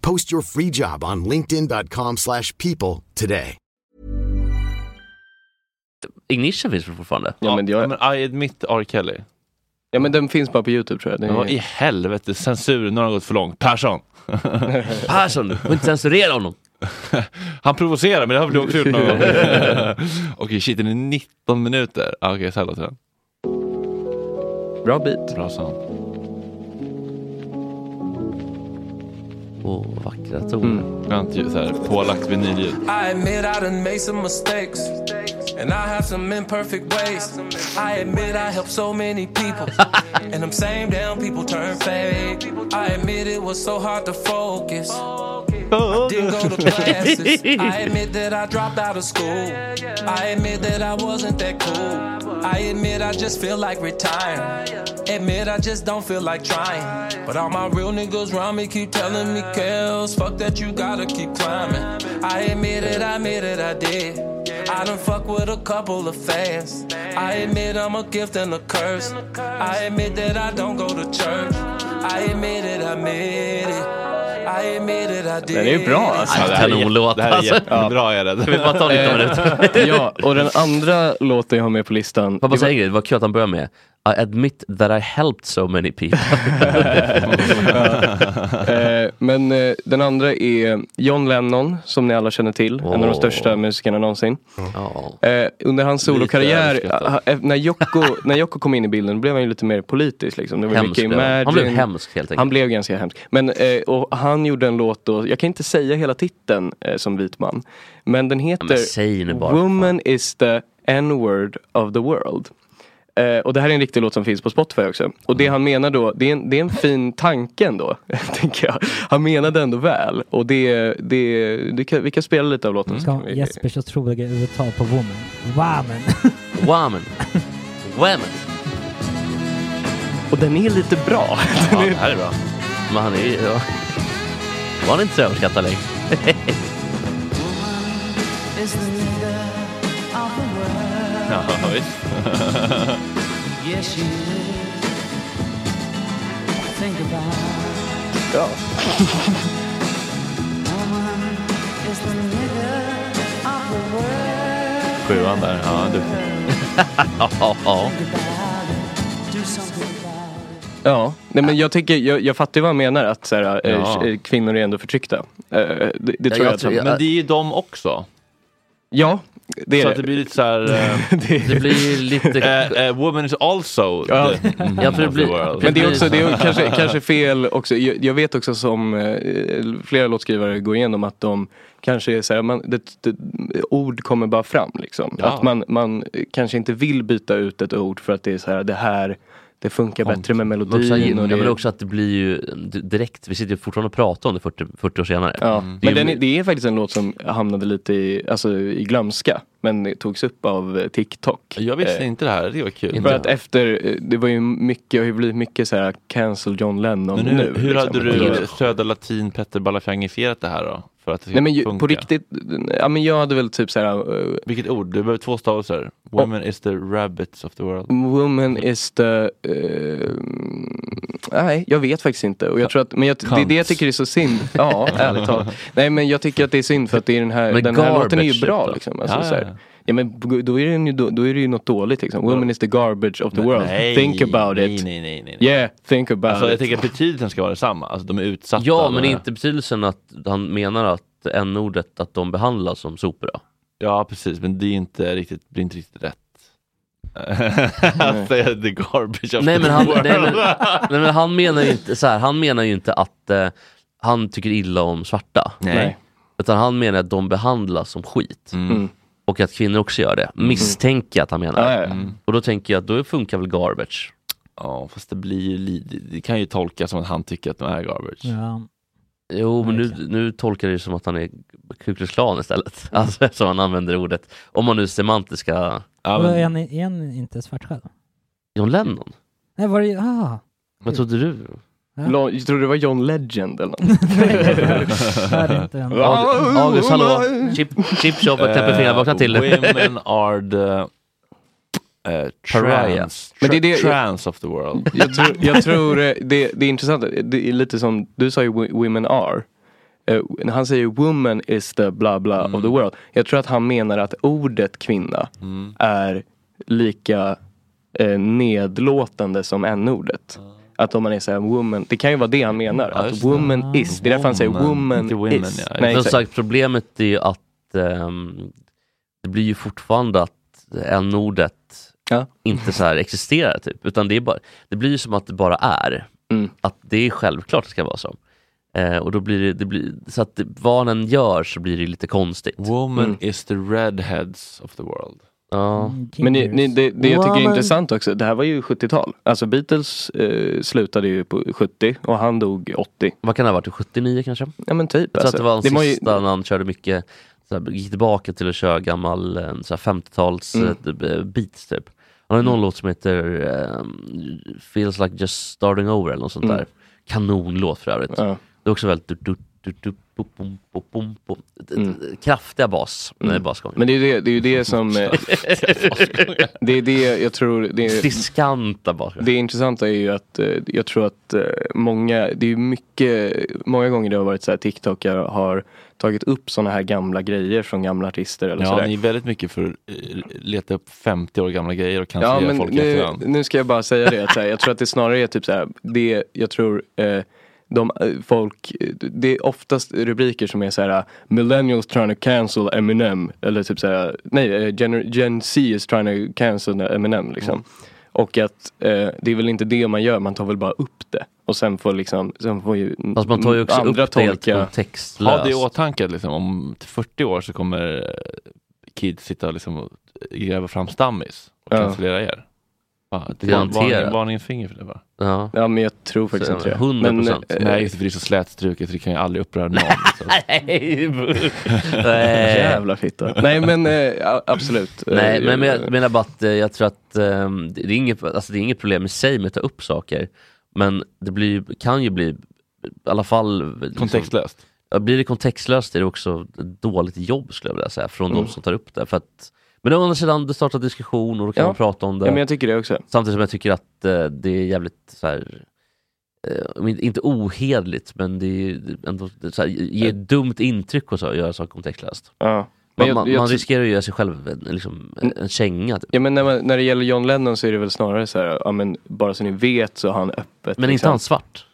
Speaker 8: Post your free job on linkedin.com/people slash people today.
Speaker 2: Ignition finns väl fortfarande?
Speaker 5: Ja men, jag,
Speaker 1: I admit R. Kelly.
Speaker 5: ja men den finns bara på youtube tror jag. Den
Speaker 1: Men
Speaker 5: är-
Speaker 1: vad i helvete, censuren, nu har de gått för långt. Persson!
Speaker 2: Persson, du får inte censurera honom.
Speaker 1: Han provocerar, men det har väl du också gjort någon gång? Okej, shit, den är 19 minuter. Ah, Okej, så här låter den.
Speaker 5: Bra beat.
Speaker 1: Bra sång.
Speaker 2: Åh, vad vackra toner.
Speaker 5: Mm.
Speaker 1: Skönt ljud, så här pålagt vinylljud.
Speaker 4: I admit I done made some mistakes.
Speaker 9: And I have some imperfect ways. I admit I helped so many people. and them same damn people turn fake. I admit it was so hard to focus. I didn't go to classes. I admit that I dropped out of school. I admit that I wasn't that cool. I admit I just feel like retiring. Admit I just don't feel like trying. But all my real niggas round me keep telling me, Kels, fuck that you gotta keep climbing. I admit it, I admit it, I did. I done fuck with a couple of fans. I admit I'm a gift and a curse. I admit that I don't go to church. I admit it, I admit it. I admit it, I did.
Speaker 5: Den är ju bra alltså.
Speaker 2: Ja, det här är kanonlåt,
Speaker 5: Det här är Eh,
Speaker 2: alltså.
Speaker 5: jättebra är det.
Speaker 2: Vi får bara ta 19 minuter.
Speaker 5: ja, och den andra låten jag har med på listan.
Speaker 2: Får jag bara säga en grej, det var kul att han började med I admit that I helped so many people.
Speaker 5: Eh, men eh, den andra är John Lennon, som ni alla känner till. En av de största musikerna någonsin. Eh, under hans solokarriär, ha- eh, när Jocko, när Jocko kom in i bilden, blev han ju lite mer politisk. Liksom. Det var
Speaker 2: Hemsk
Speaker 5: mycket
Speaker 2: blev han.
Speaker 5: Imagine.
Speaker 2: Han blev hemsk, helt enkelt.
Speaker 5: Han blev ganska hemsk. Men, eh, och han gjorde en låt då, jag kan inte säga hela titeln eh, som vit man. Men den heter
Speaker 2: men säg nu bara,
Speaker 5: Woman is the N-word of the world. Eh, och det här är en riktig låt som finns på Spotify också. Och
Speaker 1: Mm.
Speaker 5: det han menar då, det är en, det är en fin tanke ändå, tänker jag. Han menade ändå väl. Och det, det, det kan, vi kan spela lite av låten.
Speaker 1: Mm.
Speaker 5: så kan
Speaker 3: Ska
Speaker 5: vi-
Speaker 3: Jespers otroliga uttal på woman. Woman.
Speaker 2: Woman. Woman.
Speaker 5: Och den är lite bra.
Speaker 2: Ja, det här är bra. Men han är ju... Ja. Var han inte så överskattad längre?
Speaker 10: is the leader of the world.
Speaker 1: Ja, visst.
Speaker 10: Yes, she is. Think about
Speaker 5: Ja.
Speaker 10: woman is the leader of the world.
Speaker 1: Sjuan där, ja duktig.
Speaker 2: ja.
Speaker 10: Do something about it.
Speaker 5: Ja, nej, men jag, tänker, jag, jag fattar ju vad han menar att så här, eh,
Speaker 1: Ja.
Speaker 5: eh, kvinnor är ändå förtryckta. Eh, det det tror
Speaker 1: Ja,
Speaker 5: jag,
Speaker 1: jag
Speaker 5: att
Speaker 1: tror-
Speaker 5: han-
Speaker 1: men det är ju de också.
Speaker 5: Ja, det är
Speaker 1: Så
Speaker 5: det.
Speaker 1: att det blir lite så här... eh,
Speaker 2: Det blir lite...
Speaker 1: eh, eh, woman is also
Speaker 5: Ja.
Speaker 1: the woman
Speaker 2: Ja, för det
Speaker 1: of the
Speaker 2: blir-
Speaker 1: world.
Speaker 5: Men det är också, det är kanske, kanske fel också. Jag, jag vet också som eh, flera låtskrivare går igenom att de kanske är så här, man, det, det, ord kommer bara fram liksom.
Speaker 1: Ja.
Speaker 5: Att man, man kanske inte vill byta ut ett ord för att det är så här, det här, det funkar bättre med
Speaker 2: Men också,
Speaker 5: melodin.
Speaker 2: ja,
Speaker 5: Och det,
Speaker 2: men också att det blir ju d- direkt, vi sitter ju fortfarande och pratar om det 40, 40 år senare.
Speaker 5: ja.
Speaker 1: Mm.
Speaker 2: Det
Speaker 5: Men
Speaker 2: är ju-
Speaker 5: den, är- det är faktiskt en låt som hamnade lite i, alltså, i glömska, men togs upp av eh, TikTok.
Speaker 1: Jag visste
Speaker 5: Eh,
Speaker 1: inte det här, det var kul.
Speaker 5: För att efter, eh, det var ju mycket, har ju blivit mycket så här cancel John Lennon
Speaker 1: Men
Speaker 5: nu.
Speaker 1: hur, hur
Speaker 5: liksom.
Speaker 1: hade
Speaker 5: Det-
Speaker 1: du Södra Latin Petter Balafjangifierat det här då? För att det ska
Speaker 5: Nej men ju,
Speaker 1: funka?
Speaker 5: på riktigt, ja men jag hade väl typ såhär uh,
Speaker 1: Vilket ord? Du behöver två stavelser. Women is the rabbits of the world.
Speaker 5: Woman is the... eh, nej, jag vet faktiskt inte. Och jag tror att, men jag, det är det jag
Speaker 1: Cunts.
Speaker 5: tycker är så synd. Ja, ärligt talat. Nej men jag tycker att det är synd för att det är den här,
Speaker 2: Men
Speaker 5: den här låten är
Speaker 2: garbage
Speaker 5: ju bra
Speaker 2: typ då?
Speaker 5: liksom. Alltså,
Speaker 1: Ja,
Speaker 5: så här.
Speaker 1: ja, ja.
Speaker 5: Ja men då är, den ju, då, då är det ju något dåligt liksom. Woman is the garbage of the world.
Speaker 1: Nej,
Speaker 5: think about
Speaker 1: nej,
Speaker 5: it.
Speaker 1: Nej, nej, nej. nej.
Speaker 5: Yeah, think about
Speaker 1: Alltså, jag
Speaker 5: it.
Speaker 1: tänker att betydelsen ska vara detsamma. Alltså, de är utsatta.
Speaker 2: ja, men
Speaker 1: de-
Speaker 2: inte betydelsen att han menar att n-ordet, att de behandlas som sopor då?
Speaker 1: Ja, precis. Men det är inte riktigt, blir inte riktigt rätt. Att säga the garbage of
Speaker 2: Nej
Speaker 1: the
Speaker 2: men, han,
Speaker 1: world.
Speaker 2: nej, men, nej men han menar ju inte så här, han menar ju inte att eh, han tycker illa om svarta.
Speaker 1: Nej.
Speaker 2: Utan han menar att de behandlas som skit.
Speaker 1: Mm.
Speaker 2: Och att kvinnor också gör det. Misstänker jag att han menar.
Speaker 5: Ja, ja, ja.
Speaker 2: Och då tänker jag att då funkar väl garbage.
Speaker 1: Ja, fast det blir ju li- det- Det kan ju tolkas som att han tycker att de är garbage.
Speaker 3: Ja.
Speaker 2: Jo, men nu, nu tolkar jag det ju som att han är Ku Klux Klan istället. Alltså eftersom han använder ordet. Om man nu semantiska...
Speaker 1: Ja,
Speaker 3: Är,
Speaker 1: men,
Speaker 3: han, är han inte svart själv?
Speaker 2: John Lennon?
Speaker 3: Nej, var det... Ah.
Speaker 2: Vad trodde du?
Speaker 5: Lo- Jag trodde det var John Legend eller något.
Speaker 3: det är inte en-
Speaker 2: August, August hallå? Chip, chip shop, jag täpper fingrarna, vakna till
Speaker 5: oh,
Speaker 1: Eh,
Speaker 2: nu.
Speaker 1: Women are the... eh,
Speaker 2: Pariah.
Speaker 1: trans,
Speaker 5: Men det är det-
Speaker 1: tra- trans of the world.
Speaker 5: jag tror, jag tror eh, det, det är intressant, det är lite som du sa ju wo- women are. Eh, när han säger woman is the bla bla of
Speaker 1: Mm.
Speaker 5: the world. Jag tror att han menar att ordet kvinna
Speaker 1: Mm.
Speaker 5: är lika eh, nedlåtande som n-ordet. Att om man är såhär woman, det kan ju vara det han menar. att
Speaker 1: Ah. just det. Ah,
Speaker 5: woman is, det är därför han säger
Speaker 1: Woman,
Speaker 5: woman
Speaker 1: inte women,
Speaker 5: is.
Speaker 1: ja.
Speaker 5: Nej,
Speaker 2: Som
Speaker 5: exakt.
Speaker 2: sagt, problemet är ju att ehm, det blir ju fortfarande att n-ordet
Speaker 5: Ja.
Speaker 2: inte så här existerar. Typ. Utan det, är bara, det blir ju som att det bara är.
Speaker 5: Mm.
Speaker 2: Att det är självklart det ska vara så. Eh, och då blir det, det blir, så att det- vad han än gör så blir det lite konstigt.
Speaker 1: Woman
Speaker 5: Mm.
Speaker 1: is the redheads of the world.
Speaker 2: Ja.
Speaker 5: Men ni, ni, det, det jag tycker är intressant också, det här var ju 70-tal. Alltså Beatles eh, slutade ju på 70 och han dog 80.
Speaker 2: Vad kan det ha varit, 79 kanske?
Speaker 5: Ja men typ.
Speaker 2: Jag tror
Speaker 5: alltså.
Speaker 2: att det var hans
Speaker 5: Det må ju-
Speaker 2: sista när han körde mycket, så här, gick tillbaka till att köra gammal eh, så här 50-tals
Speaker 5: Mm.
Speaker 2: eh, typ, eh, beats typ. Han har ju någon låt som heter ehm, Feels like just starting over eller något sånt
Speaker 5: Mm.
Speaker 2: där. Kanonlåt för övrigt.
Speaker 5: Ja.
Speaker 2: Det är också väldigt du, du, du, du, bo, bom, bo, bom, bo. D- d- kraftiga bas, nej,
Speaker 5: Mm.
Speaker 2: basgångar.
Speaker 5: Men det är ju det, det, är ju det som... eh, det är det jag tror... Det är,
Speaker 2: Diskanta basgångar.
Speaker 5: Det intressanta är ju att eh, jag tror att eh, många, det är ju mycket, många gånger det har varit så här TikTok har tagit upp sådana här gamla grejer från gamla artister eller
Speaker 1: Ja,
Speaker 5: sådär.
Speaker 1: ni är väldigt mycket för att eh, leta upp 50 år gamla grejer och cancellera folk i
Speaker 5: nu,
Speaker 1: efterhand.
Speaker 5: nu ska jag bara säga det, att så här, jag tror att det snarare är typ så här, det jag tror eh, de eh, folk, eh, det är oftast rubriker som är så här Millennials trying to cancel Eminem eller typ så här, nej, eh, Gen, Gen Z is trying to cancel Eminem liksom.
Speaker 2: Mm.
Speaker 5: Och att eh, det är väl inte det man gör, man tar väl bara upp det. Och sen får liksom, sen får ju
Speaker 2: Fast man tar ju också
Speaker 5: andra
Speaker 2: upp det helt
Speaker 5: tolka-
Speaker 2: kontextlöst.
Speaker 1: Ha det i åtanke att liksom, om 40 år så kommer eh, kids sitta och liksom, gräva fram stammis och
Speaker 5: Ja.
Speaker 1: cancellera er. Ja, det var,
Speaker 2: Garanterat.
Speaker 1: varning, varningen finger för det bara.
Speaker 2: Ja.
Speaker 5: Ja men jag tror faktiskt
Speaker 2: Så,
Speaker 5: inte det.
Speaker 2: 100%.
Speaker 5: Men, eh,
Speaker 1: Nej just det, för det är så slätstruket så det kan ju aldrig uppröra någon. liksom. Så.
Speaker 2: Nej,
Speaker 5: Nej. Jävla fitta. Nej men eh, a- absolut.
Speaker 2: Nej,
Speaker 5: Eh,
Speaker 2: men, men jag menar bara att eh, jag tror att ehm, det, det, är inget, alltså, det är inget problem i sig med att ta upp saker. Men det blir, ju- kan ju bli, i alla fall... liksom-
Speaker 1: Kontextlöst.
Speaker 2: Ja, blir det kontextlöst är det också ett dåligt jobb skulle jag vilja säga, från de
Speaker 5: Mm.
Speaker 2: som tar upp det. För att, men å andra sidan, det startar diskussion och då kan
Speaker 5: Ja.
Speaker 2: man prata om det.
Speaker 5: Ja men jag tycker det också.
Speaker 2: Samtidigt som jag tycker att eh, det är jävligt så här, eh, men inte ohederligt, men det är ju ändå så här, ger ett dumt intryck och så, att göra saker kontextlöst.
Speaker 5: Ja. Men
Speaker 2: Man,
Speaker 5: jag-
Speaker 2: man,
Speaker 5: jag
Speaker 2: man
Speaker 5: tror-
Speaker 2: riskerar ju att göra sig själv en, liksom, en känga. Typ.
Speaker 5: Ja men när, man, när det gäller John Lennon så är det väl snarare så här, ja men bara så ni vet så har han öppet.
Speaker 2: Men inte
Speaker 5: liksom,
Speaker 2: han svart.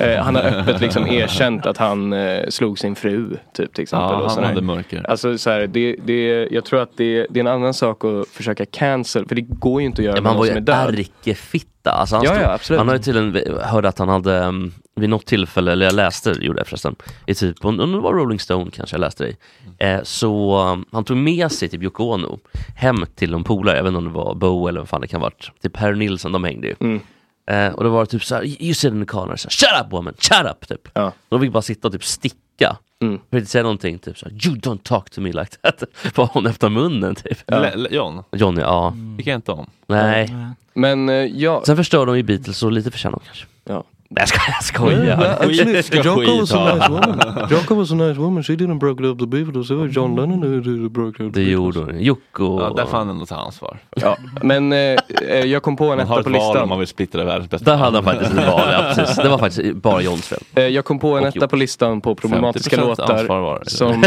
Speaker 5: eh, han har öppet liksom erkänt att han eh, slog sin fru typ till exempel.
Speaker 1: Ja,
Speaker 5: och
Speaker 1: han
Speaker 5: sådär.
Speaker 1: hade mörker.
Speaker 5: Alltså så här, det, det, jag tror att det, det är en annan sak att försöka cancel, för det går ju inte att göra
Speaker 2: Men
Speaker 5: med
Speaker 2: han var
Speaker 5: någon
Speaker 2: ju
Speaker 5: som är död.
Speaker 2: ärkefitta. Alltså han,
Speaker 5: Ja,
Speaker 2: stod-
Speaker 5: ja, absolut.
Speaker 2: han har ju tydligen, eh, hörde att han hade um, vid något tillfälle, eller jag läste, gjorde jag förresten, i typ, om om det var Rolling Stone kanske jag läste det i, eh, så um, han tog med sig typ Yoko Ono hem till en polare, jag vet inte om det var Bo eller vad fan det kan ha varit, typ Harry Nilsson, de hängde ju.
Speaker 5: Mm.
Speaker 2: Eh, och då var det typ såhär, you sit in the corner, så här, shut up woman, shut up! Typ. De fick bara sitta och typ sticka. Mm. För att inte säga någonting, typ såhär, you don't talk to me like that. Bara hon öppnar munnen typ.
Speaker 1: Le- le- John,
Speaker 2: Johnny, ja.
Speaker 1: tycker jag
Speaker 5: Mm.
Speaker 1: inte om.
Speaker 2: Nej.
Speaker 5: Men eh, ja,
Speaker 2: Sen förstör de ju Beatles och lite förtjänar de kanske.
Speaker 5: ja.
Speaker 2: Nej jag skojar, jag
Speaker 5: Mm.
Speaker 2: skojar.
Speaker 5: Jocko was a nice woman. Jocko was a nice woman. She didn't break up the Beatles. It was John Lennon who broke up the
Speaker 2: Det gjorde hon. Jocko.
Speaker 1: Ja, där får han ändå ta ansvar.
Speaker 5: Ja, men eh, eh, jag kom på en
Speaker 1: Man
Speaker 5: etta
Speaker 1: har ett
Speaker 5: på
Speaker 1: val om
Speaker 5: listan.
Speaker 1: man vill splittra världens bästa
Speaker 2: Där hade han faktiskt ett val, ja precis. Det var faktiskt bara Johns fel.
Speaker 5: Eh, jag kom på en
Speaker 2: Och
Speaker 5: etta
Speaker 2: gjort.
Speaker 5: på listan på problematiska
Speaker 1: 50% ansvar var
Speaker 5: låtar
Speaker 1: det.
Speaker 5: som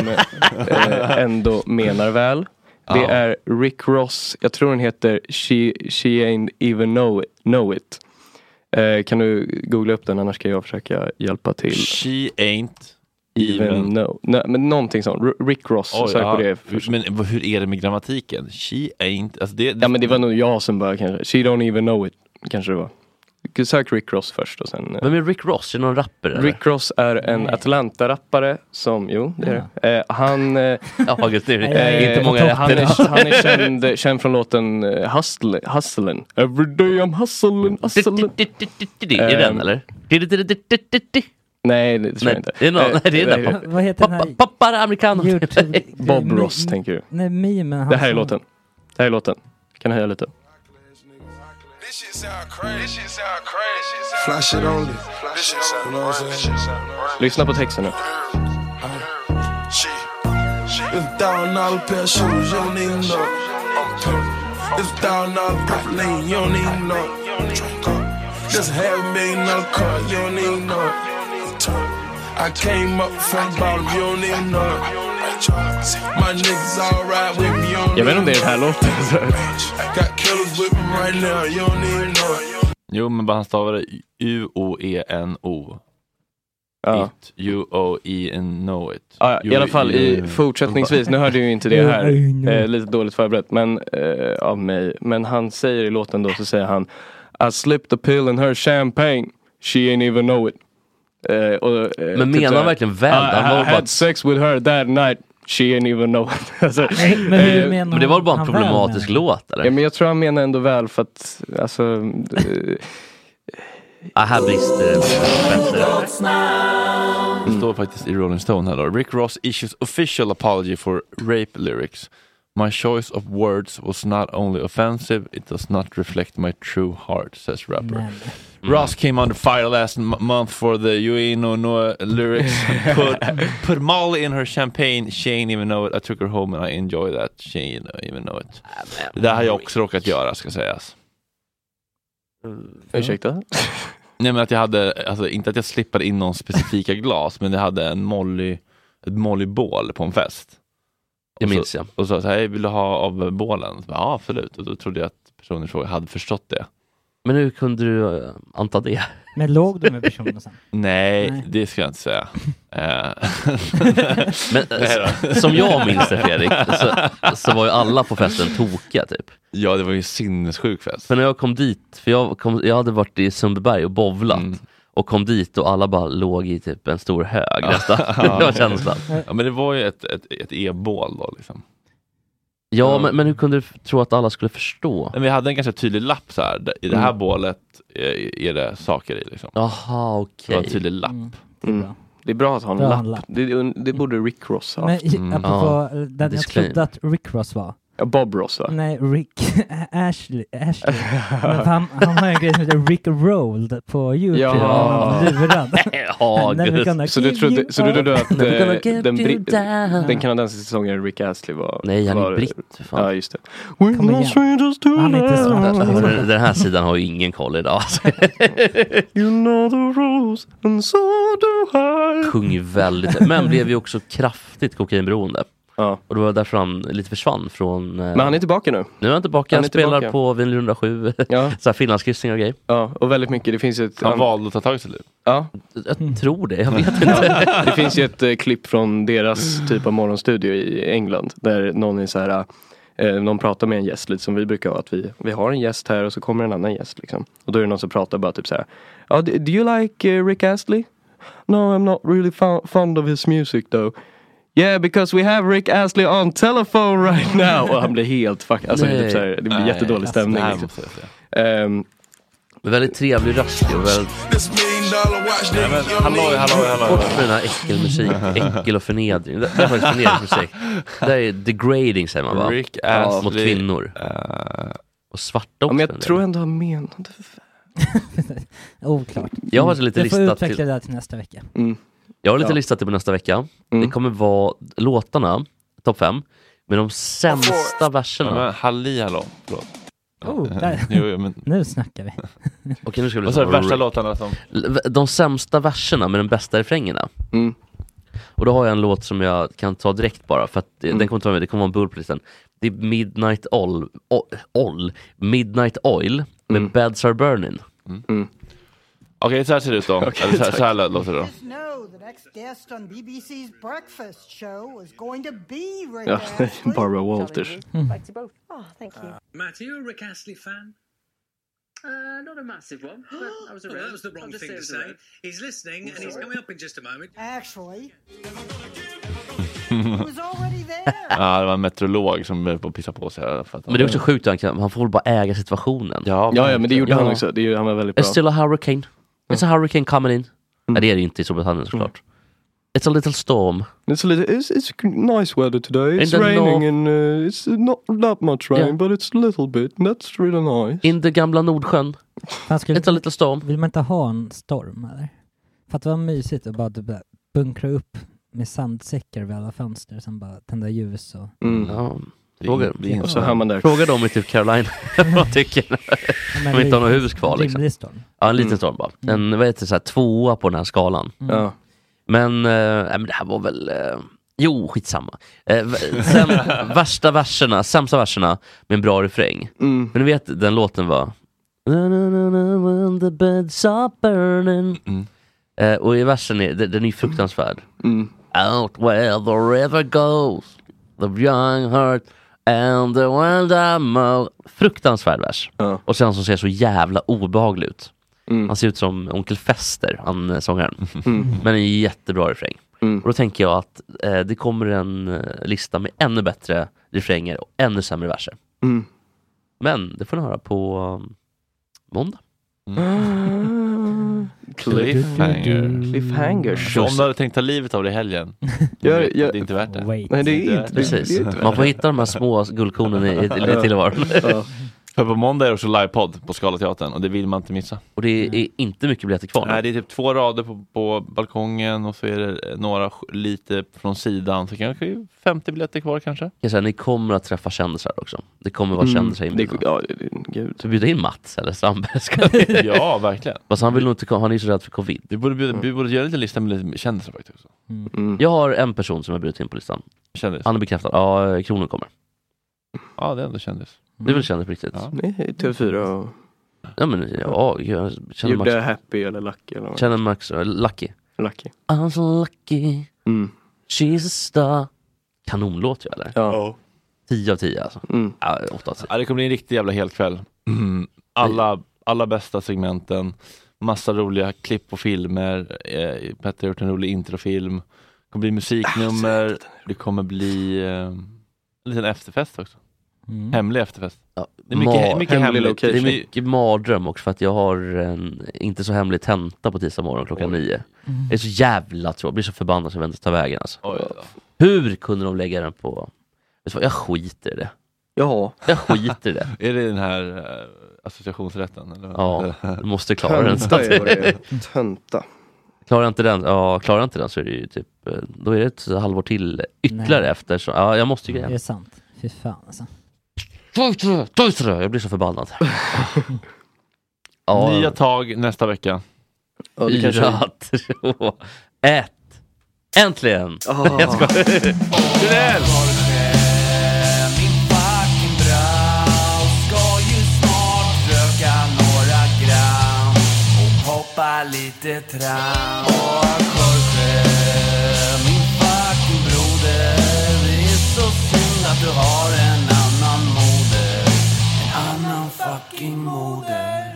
Speaker 5: eh, ändå menar väl. Det
Speaker 1: Ja.
Speaker 5: är Rick Ross, jag tror den heter She, She Ain't Even Know It. Know it. Eh, kan du googla upp den annars ska jag försöka hjälpa till.
Speaker 1: She ain't
Speaker 5: Even know. Nej, men någonting sånt. R- Rick Ross,
Speaker 1: Oj,
Speaker 5: sök
Speaker 1: ja.
Speaker 5: på det.
Speaker 1: Hur- Men vad- hur är det med grammatiken? She ain't... Alltså det,
Speaker 5: Ja men det var nog jag som började kanske. She Don't Even Know It kanske det var. Sök Rick Ross först och sen. eh,
Speaker 2: Vem är Rick Ross? Är det någon rapper eller?
Speaker 5: Rick Ross är en Atlanta-rappare som, jo det är det. Eh, han, eh,
Speaker 2: Ja, gud, det är
Speaker 5: eh,
Speaker 2: inte många
Speaker 5: han
Speaker 2: rapper.
Speaker 5: är, han är känd, känd från låten eh, Hustle, Hustlin. Every day I'm hustlin, hustlin.
Speaker 2: Är det den eller?
Speaker 5: Nej, det tror jag inte.
Speaker 2: det är någon-
Speaker 5: Eh,
Speaker 2: nej, det är
Speaker 5: nej,
Speaker 2: någon.
Speaker 5: det-
Speaker 3: Vad heter den här
Speaker 2: Pappa americano.
Speaker 3: Youtube...
Speaker 5: Bob Ross tänker du.
Speaker 3: Nej, memen. han
Speaker 5: Det här är
Speaker 3: som-
Speaker 5: låten. Det här är låten. Kan jag höja lite?
Speaker 11: This shit sound crazy. This shit sound crazy. Flash it only. Flash it only. You know what I'm saying?
Speaker 5: Lyssna på texten nu.
Speaker 11: She. It's thousand dollar pair of shoes, you don't even know. It's thousand dollar purple lane, you don't even know. This half million dollar car, you don't even know. I came up from bottom, you don't even know. My niggas all ride with me, you don't
Speaker 5: Jag vet inte om
Speaker 11: even
Speaker 5: det är den här låten. alltså.
Speaker 11: Got killers with me right now, you don't even know.
Speaker 1: Jo, men bara han stavade U-O-E-N-O.
Speaker 5: Ja.
Speaker 1: E It, U-O-E-N-O it. E
Speaker 5: Ja, I alla fall i fortsättningsvis, nu hörde ju inte det här, eh, lite dåligt förberett men, eh, av mig. Men han säger i låten då, så säger han I slipped a pill in her champagne, she ain't even know it. Eh, och, eh,
Speaker 2: Men
Speaker 5: typ så
Speaker 2: menar
Speaker 5: här, Ah,
Speaker 2: han verkligen väl?
Speaker 5: I,
Speaker 2: Han var
Speaker 5: I
Speaker 2: bara-
Speaker 5: had sex with her that night, She ain't even know. alltså,
Speaker 3: Nej, men hur
Speaker 5: eh,
Speaker 3: menar Men det var bara en han väl problematisk
Speaker 2: med det? låt, eller?
Speaker 5: Ja, men jag tror han menar ändå väl för att, alltså... eh,
Speaker 2: Ah, här brister det.
Speaker 1: Det står faktiskt i Rolling Stone här då. Rick Ross issues official apology for rape lyrics. My choice of words was not only offensive, it does not reflect my true heart, says rapper. Mm. Ross came under fire last m- month for the You Ain't No No lyrics. put, put Molly in her champagne, she ain't even know it. I took her home and I enjoy that, she ain't even know it. Det där har jag också råkat göra, ska sägas.
Speaker 5: Ursäkta?
Speaker 1: Nej men att jag hade, alltså inte att jag slippade in någon specifika glas, men jag hade en Molly, ett Mollybål på en fest.
Speaker 2: Det
Speaker 1: Och så-
Speaker 2: minns jag.
Speaker 1: Och sa så här, "Hej, vill du ha av bålen? Så bara, Ja, absolut. Och då trodde jag att personen i fråga hade förstått det.
Speaker 2: Men hur kunde du eh, anta det?
Speaker 3: Men låg du med personen sen?
Speaker 1: Nej, det ska jag inte säga. Eh.
Speaker 2: Men,
Speaker 1: Nej då.
Speaker 2: eh, som jag minns det Fredrik, så, så var ju alla på festen tokiga typ.
Speaker 1: Ja, det var ju en sinnessjuk fest.
Speaker 2: För när jag kom dit, för jag, kom, jag hade varit i Sundbyberg och bovlat
Speaker 5: Mm.
Speaker 1: Mm.
Speaker 2: och kom dit och alla bara låg i typ en stor hög nästan. Det var känslan.
Speaker 3: Eh, Mm.
Speaker 1: Ja, men det var ju ett, ett, ett e-bål då liksom.
Speaker 2: Ja, men, men hur kunde du f- tro att alla skulle förstå?
Speaker 1: Men vi hade en ganska tydlig lapp så här. I det här
Speaker 2: Mm.
Speaker 1: bålet är, är det saker i liksom.
Speaker 2: Jaha,
Speaker 1: Det var
Speaker 2: okej.
Speaker 1: en tydlig lapp.
Speaker 5: Mm. Det är bra att ha en
Speaker 3: Bra att ha
Speaker 5: lapp.
Speaker 3: en
Speaker 5: Det, det borde Rick Ross ha
Speaker 3: Men
Speaker 5: haft.
Speaker 3: i- apropå eh, den jag trodde att Rick Ross var.
Speaker 5: Ja, Bob Ross va?
Speaker 3: Nej, Rick Ashley. Ashley. Men för han, han har ju en grej som heter Rick Rolled på Youtube.
Speaker 5: Ja.
Speaker 3: Han blir lurad.
Speaker 2: Ja,
Speaker 3: And then we're gonna
Speaker 5: så, du
Speaker 3: give
Speaker 5: trodde,
Speaker 3: you
Speaker 5: så du trodde
Speaker 3: up.
Speaker 5: att eh,
Speaker 3: Then we're gonna get
Speaker 5: den,
Speaker 3: you
Speaker 5: bri-
Speaker 3: down.
Speaker 5: den kanadensiska sångaren Rick Astley var...
Speaker 2: Nej, han är
Speaker 5: var,
Speaker 2: ju britt, för fan.
Speaker 5: Ja, just det.
Speaker 3: Kom igen. Han är inte
Speaker 2: Den-
Speaker 3: svart.
Speaker 2: Den här sidan har ju ingen koll idag. Alltså,
Speaker 5: You know the rules and so do I.
Speaker 2: sjöng ju väldigt, men blev ju också kraftigt kokainberoonde. Och det var därför han lite försvann från... eh,
Speaker 5: Men han är tillbaka nu.
Speaker 2: Nu är han tillbaka,
Speaker 5: Han
Speaker 2: han,
Speaker 5: är
Speaker 2: spelar
Speaker 5: tillbaka.
Speaker 2: på Vinly 107, så här finlandskryssningar och grejer.
Speaker 5: Ja, och väldigt mycket. Det finns ju ett...
Speaker 2: Han
Speaker 1: valde att ta tag i sitt liv?
Speaker 5: Ja.
Speaker 3: Mm.
Speaker 2: Jag tror det, jag vet inte.
Speaker 5: Det finns ju ett eh, klipp från deras typ av morgonstudio i England där någon är så här eh, någon pratar med en gäst lite som vi brukar ha att vi, vi har en gäst här och så kommer en annan gäst liksom. Och då är det någon som pratar bara typ så här. "Ja, d- do you like eh, Rick Astley? No I'm not really fo- fond of his music though. Yeah because we have Rick Astley on telephone right now. Och han blir helt fuck, alltså det är typ så här, det blir
Speaker 2: Nej. alltså,
Speaker 5: jättedålig stämning.
Speaker 2: Nej,
Speaker 5: Liksom.
Speaker 2: måste jag säga.
Speaker 5: Ehm,
Speaker 2: väldigt trevlig röst och väldigt...
Speaker 11: This million dollar watch, nigga. you don't need
Speaker 2: Bort med den här äckelmusik, äckel och förnedring. Det, det är faktiskt förnedringsmusik. Det där är degrading säger man va?
Speaker 1: Rick
Speaker 2: Ja, Mot
Speaker 1: Astley,
Speaker 2: kvinnor. Och svarta
Speaker 5: eh, ja, men
Speaker 2: också. en
Speaker 5: jag
Speaker 2: del.
Speaker 5: tror ändå han menade
Speaker 3: Oklart.
Speaker 2: Jag har alltså lite
Speaker 3: Du får
Speaker 2: listat
Speaker 3: utveckla
Speaker 2: till-
Speaker 3: det där till nästa vecka.
Speaker 2: Jag har lite
Speaker 3: Ja.
Speaker 2: listat det på nästa vecka.
Speaker 5: Mm.
Speaker 2: Det kommer vara låtarna, topp fem, med de sämsta verserna.
Speaker 1: Ja, men halli hallå, förlåt.
Speaker 3: Oh, där.
Speaker 1: Jo, jo, men-
Speaker 3: Nu snackar vi.
Speaker 2: Okej, nu ska vi
Speaker 1: Vad sa
Speaker 2: lyssna
Speaker 1: du,
Speaker 2: på
Speaker 1: värsta
Speaker 2: Rick.
Speaker 1: låtarna som...
Speaker 2: L- De sämsta verserna med de bästa refrängerna.
Speaker 5: Mm,
Speaker 2: Och då har jag en låt som jag kan ta direkt bara, för att eh,
Speaker 5: Mm.
Speaker 2: den kommer inte vara med, det kommer vara en bull på listan. Det är Midnight Oil, o, oil Midnight Oil med
Speaker 5: Mm.
Speaker 2: Beds Are Burning.
Speaker 1: Okej, så här ser det ut då. Eller så här, så här låter det då.
Speaker 12: No, the next guest on BBC's breakfast show is going to be Rick
Speaker 5: Ja,
Speaker 12: Astley.
Speaker 5: Barbara Walters.
Speaker 12: Likes you both. Oh, thank you.
Speaker 4: Matt, are you a Rick Astley fan?
Speaker 13: Uh, not a massive one, but I was
Speaker 4: Oh,
Speaker 13: around.
Speaker 4: that was the
Speaker 13: I'll
Speaker 4: wrong
Speaker 13: just
Speaker 4: thing
Speaker 13: say I
Speaker 4: to
Speaker 13: was
Speaker 4: say.
Speaker 13: around.
Speaker 4: He's listening and he's
Speaker 13: Sorry.
Speaker 4: coming up in just a moment.
Speaker 12: Actually,
Speaker 1: Ja, det var en meteorolog som höll på att pissa på sig. här, för att-
Speaker 2: Men det är också sjukt, hur han, kan, han får väl bara äga situationen.
Speaker 1: Ja,
Speaker 5: Ja, ja men det gjorde han också. Det, gjorde- han var väldigt bra.
Speaker 2: It's still a hurricane. It's a hurricane coming in.
Speaker 3: Mm.
Speaker 5: Mm.
Speaker 2: Nej, det är det ju inte i Storbritannien såklart. It's a little storm.
Speaker 5: It's a little, it's, it's nice weather today. It's
Speaker 2: In the
Speaker 5: raining
Speaker 2: north.
Speaker 5: and uh, it's not that much rain,
Speaker 2: Yeah.
Speaker 5: but it's a little bit. And that's really nice.
Speaker 2: In the gamla Nordsjön.
Speaker 3: Fan, skulle,
Speaker 2: It's a little storm.
Speaker 3: Vill man inte ha en storm eller? För att det var mysigt att bara du bara bunkra upp med sandsäckar vid alla fönster sen bara tända ljus och...
Speaker 5: Mm.
Speaker 2: Ja. Fråga,
Speaker 1: Mm.
Speaker 3: det är inte- Och så
Speaker 5: hör man där.
Speaker 2: fråga dem i typ Carolina vad de tycker.
Speaker 3: men
Speaker 2: De inte har något
Speaker 3: rimlig-
Speaker 2: hus kvar. Liksom.
Speaker 3: rimlig storm.
Speaker 2: Ja, en liten storm bara. En vad heter det, så här, tvåa på den här skalan.
Speaker 3: Mm. Ja.
Speaker 2: Men, eh, nej, men det här var väl... Eh, jo, skitsamma. Eh, v- sen, värsta verserna, sämsta verserna med en bra refräng.
Speaker 5: Mm.
Speaker 2: Men ni vet den låten va? Na, na, na, na, when the beds are burning.
Speaker 3: Mm.
Speaker 2: Eh, och i versen, är, den, den är ju fruktansvärd.
Speaker 5: Mm.
Speaker 2: Out where the river goes, the young heart and the wild ammo. Fruktansvärd vers. Och sen som ser så jävla obehaglig
Speaker 5: Mm.
Speaker 2: Alltså- ut. Han ser ut som Onkel Fester, han eh, sångaren. Men en jättebra refräng.
Speaker 5: Mm.
Speaker 2: Och då tänker jag att eh, det kommer en eh, lista med ännu bättre refränger och ännu sämre verser.
Speaker 5: Mm.
Speaker 2: Men det får ni höra på um, måndag.
Speaker 5: Mm. Ah.
Speaker 1: Cliffhanger.
Speaker 5: Cliffhanger.
Speaker 1: Så om du hade tänkt ta livet av dig i helgen,
Speaker 5: Gör-
Speaker 1: det
Speaker 5: gör-
Speaker 1: är inte värt det.
Speaker 5: Nej, det är inte-
Speaker 2: Precis.
Speaker 5: det är inte
Speaker 2: Man får hitta de här små guldkornen i, i, i tillvaron.
Speaker 1: För på måndag är det också livepodd på Scalateatern och det vill man inte missa.
Speaker 2: Och det är inte mycket biljetter kvar.
Speaker 1: Nej, det är typ två rader på, på balkongen och så är det några sk- lite från sidan. Så kanske ju 50 biljetter kvar kanske.
Speaker 2: Jag säga, ni kommer att träffa kändisar också. Det kommer vara
Speaker 1: Mm,
Speaker 2: kändisar
Speaker 1: det-
Speaker 2: inbjudna. Så bjuda in Mats eller Strandberg. ska vi-
Speaker 1: Ja, verkligen.
Speaker 2: Fast han vill nog inte komma, han är ju så rädd för covid.
Speaker 1: Vi borde, bjuda, vi borde göra en liten lista med lite kändisar faktiskt. Också.
Speaker 3: Mm.
Speaker 5: Mm.
Speaker 2: Jag har en person som jag bjudit in på listan.
Speaker 1: Kändis?
Speaker 2: Han är bekräftad. Ja, Kronor kommer.
Speaker 1: Ja, det är ändå kändis.
Speaker 2: Du vill känna på riktigt? Ja,
Speaker 5: Nej, TV4 och...
Speaker 2: ja men ja, jag känner
Speaker 5: Gjorde
Speaker 2: Max.
Speaker 5: Happy eller Lucky eller vad?
Speaker 2: Känner Max, eh, Lucky.
Speaker 5: Lucky. Mm.
Speaker 2: I'm so lucky, she's a star. Kanonlåt ju eller?
Speaker 5: Ja. Mm.
Speaker 2: 10 av 10 alltså. Ja, 8 av 10.
Speaker 1: Ja, det kommer bli en riktig jävla helkväll. Mm. Alla, alla bästa segmenten, massa roliga klipp och filmer. Eh, Petter har gjort en rolig introfilm. Det kommer bli musiknummer. Det kommer bli eh, en liten efterfest också.
Speaker 3: Mm.
Speaker 1: Hemlig efterfest. Det är mycket,
Speaker 2: Ma-
Speaker 1: mycket hemligt.
Speaker 2: Det är mycket mardröm också för att jag har en inte så hemlig tenta på tisdag morgon klockan nio.
Speaker 1: Mm.
Speaker 2: Det är så jävla tråkigt, jag blir så förbannad så jag vet inte ta vägen alltså. Hur kunde de lägga den på... Vet du vad, Jag skiter i det.
Speaker 5: Ja.
Speaker 2: Jag skiter i det.
Speaker 1: Är det den här eh, associationsrätten? Eller? vad?
Speaker 2: Ja, du måste klara den. Så att,
Speaker 5: är vad det är. Tönta.
Speaker 2: klarar jag inte den, ja, klarar jag inte den så är det ju typ, eh, då är det ett halvår till ytterligare
Speaker 3: Nej.
Speaker 2: efter. Så, ja, jag måste ju
Speaker 3: Det är
Speaker 2: greja.
Speaker 3: sant. Fy fan alltså.
Speaker 2: Tojtrö, tojtrö, Jag blir så förbannad. Ja.
Speaker 1: Nya tag nästa vecka.
Speaker 5: Ja, det kanske-
Speaker 2: Fyra, två, ett. Äntligen!
Speaker 5: Ah.
Speaker 2: Jag skojar.
Speaker 1: Gardell!
Speaker 4: Min fucking brau ska ju snart röka några gram och poppa lite tram. Och Jorge, min fucking broder, det är så synd att du har en annan moder. En annan fucking moder.